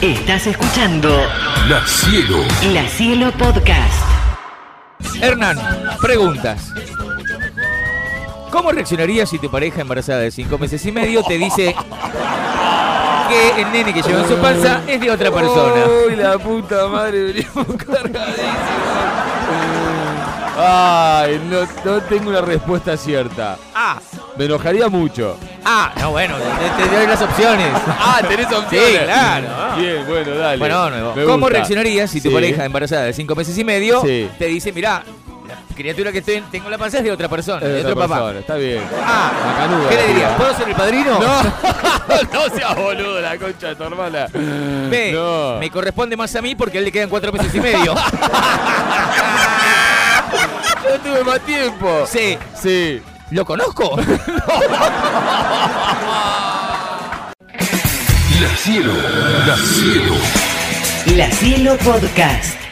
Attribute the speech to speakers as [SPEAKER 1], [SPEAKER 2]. [SPEAKER 1] Estás escuchando
[SPEAKER 2] La Cielo.
[SPEAKER 1] La Cielo Podcast.
[SPEAKER 3] Hernán, preguntas. ¿Cómo reaccionarías si tu pareja embarazada de cinco meses y medio te dice que el nene que lleva en su panza es de otra persona?
[SPEAKER 4] Uy, la puta madre, venimos cargadísimos. Ay, no, no tengo una respuesta cierta.
[SPEAKER 3] Ah,
[SPEAKER 4] Me enojaría mucho.
[SPEAKER 3] ah, no, bueno, te, te doy las opciones.
[SPEAKER 4] Ah, tenés opciones.
[SPEAKER 3] Sí, claro, ah.
[SPEAKER 4] Bien, bueno, dale.
[SPEAKER 3] Bueno, nuevo.
[SPEAKER 4] Me
[SPEAKER 3] ¿Cómo
[SPEAKER 4] gusta.
[SPEAKER 3] reaccionarías si tu
[SPEAKER 4] Sí.
[SPEAKER 3] pareja embarazada de cinco meses y medio
[SPEAKER 4] Sí.
[SPEAKER 3] te dice, mirá, la criatura que estoy- tengo en la panza es de otra persona,
[SPEAKER 4] Es
[SPEAKER 3] de,
[SPEAKER 4] Eh, otra
[SPEAKER 3] otro papá?
[SPEAKER 4] persona, Está bien.
[SPEAKER 3] Ah,
[SPEAKER 4] Macanuda,
[SPEAKER 3] ¿qué
[SPEAKER 4] la
[SPEAKER 3] le dirías?
[SPEAKER 4] tía.
[SPEAKER 3] ¿Puedo ser el padrino?
[SPEAKER 4] No, no seas boludo, la concha de tu hermana.
[SPEAKER 3] Ve,
[SPEAKER 4] no.
[SPEAKER 3] me corresponde más a mí porque a él le quedan cuatro meses y medio.
[SPEAKER 4] Yo tuve más tiempo.
[SPEAKER 3] sí,
[SPEAKER 4] Sí.
[SPEAKER 3] ¿lo conozco?
[SPEAKER 2] La Cielo. La Cielo.
[SPEAKER 1] La Cielo Podcast.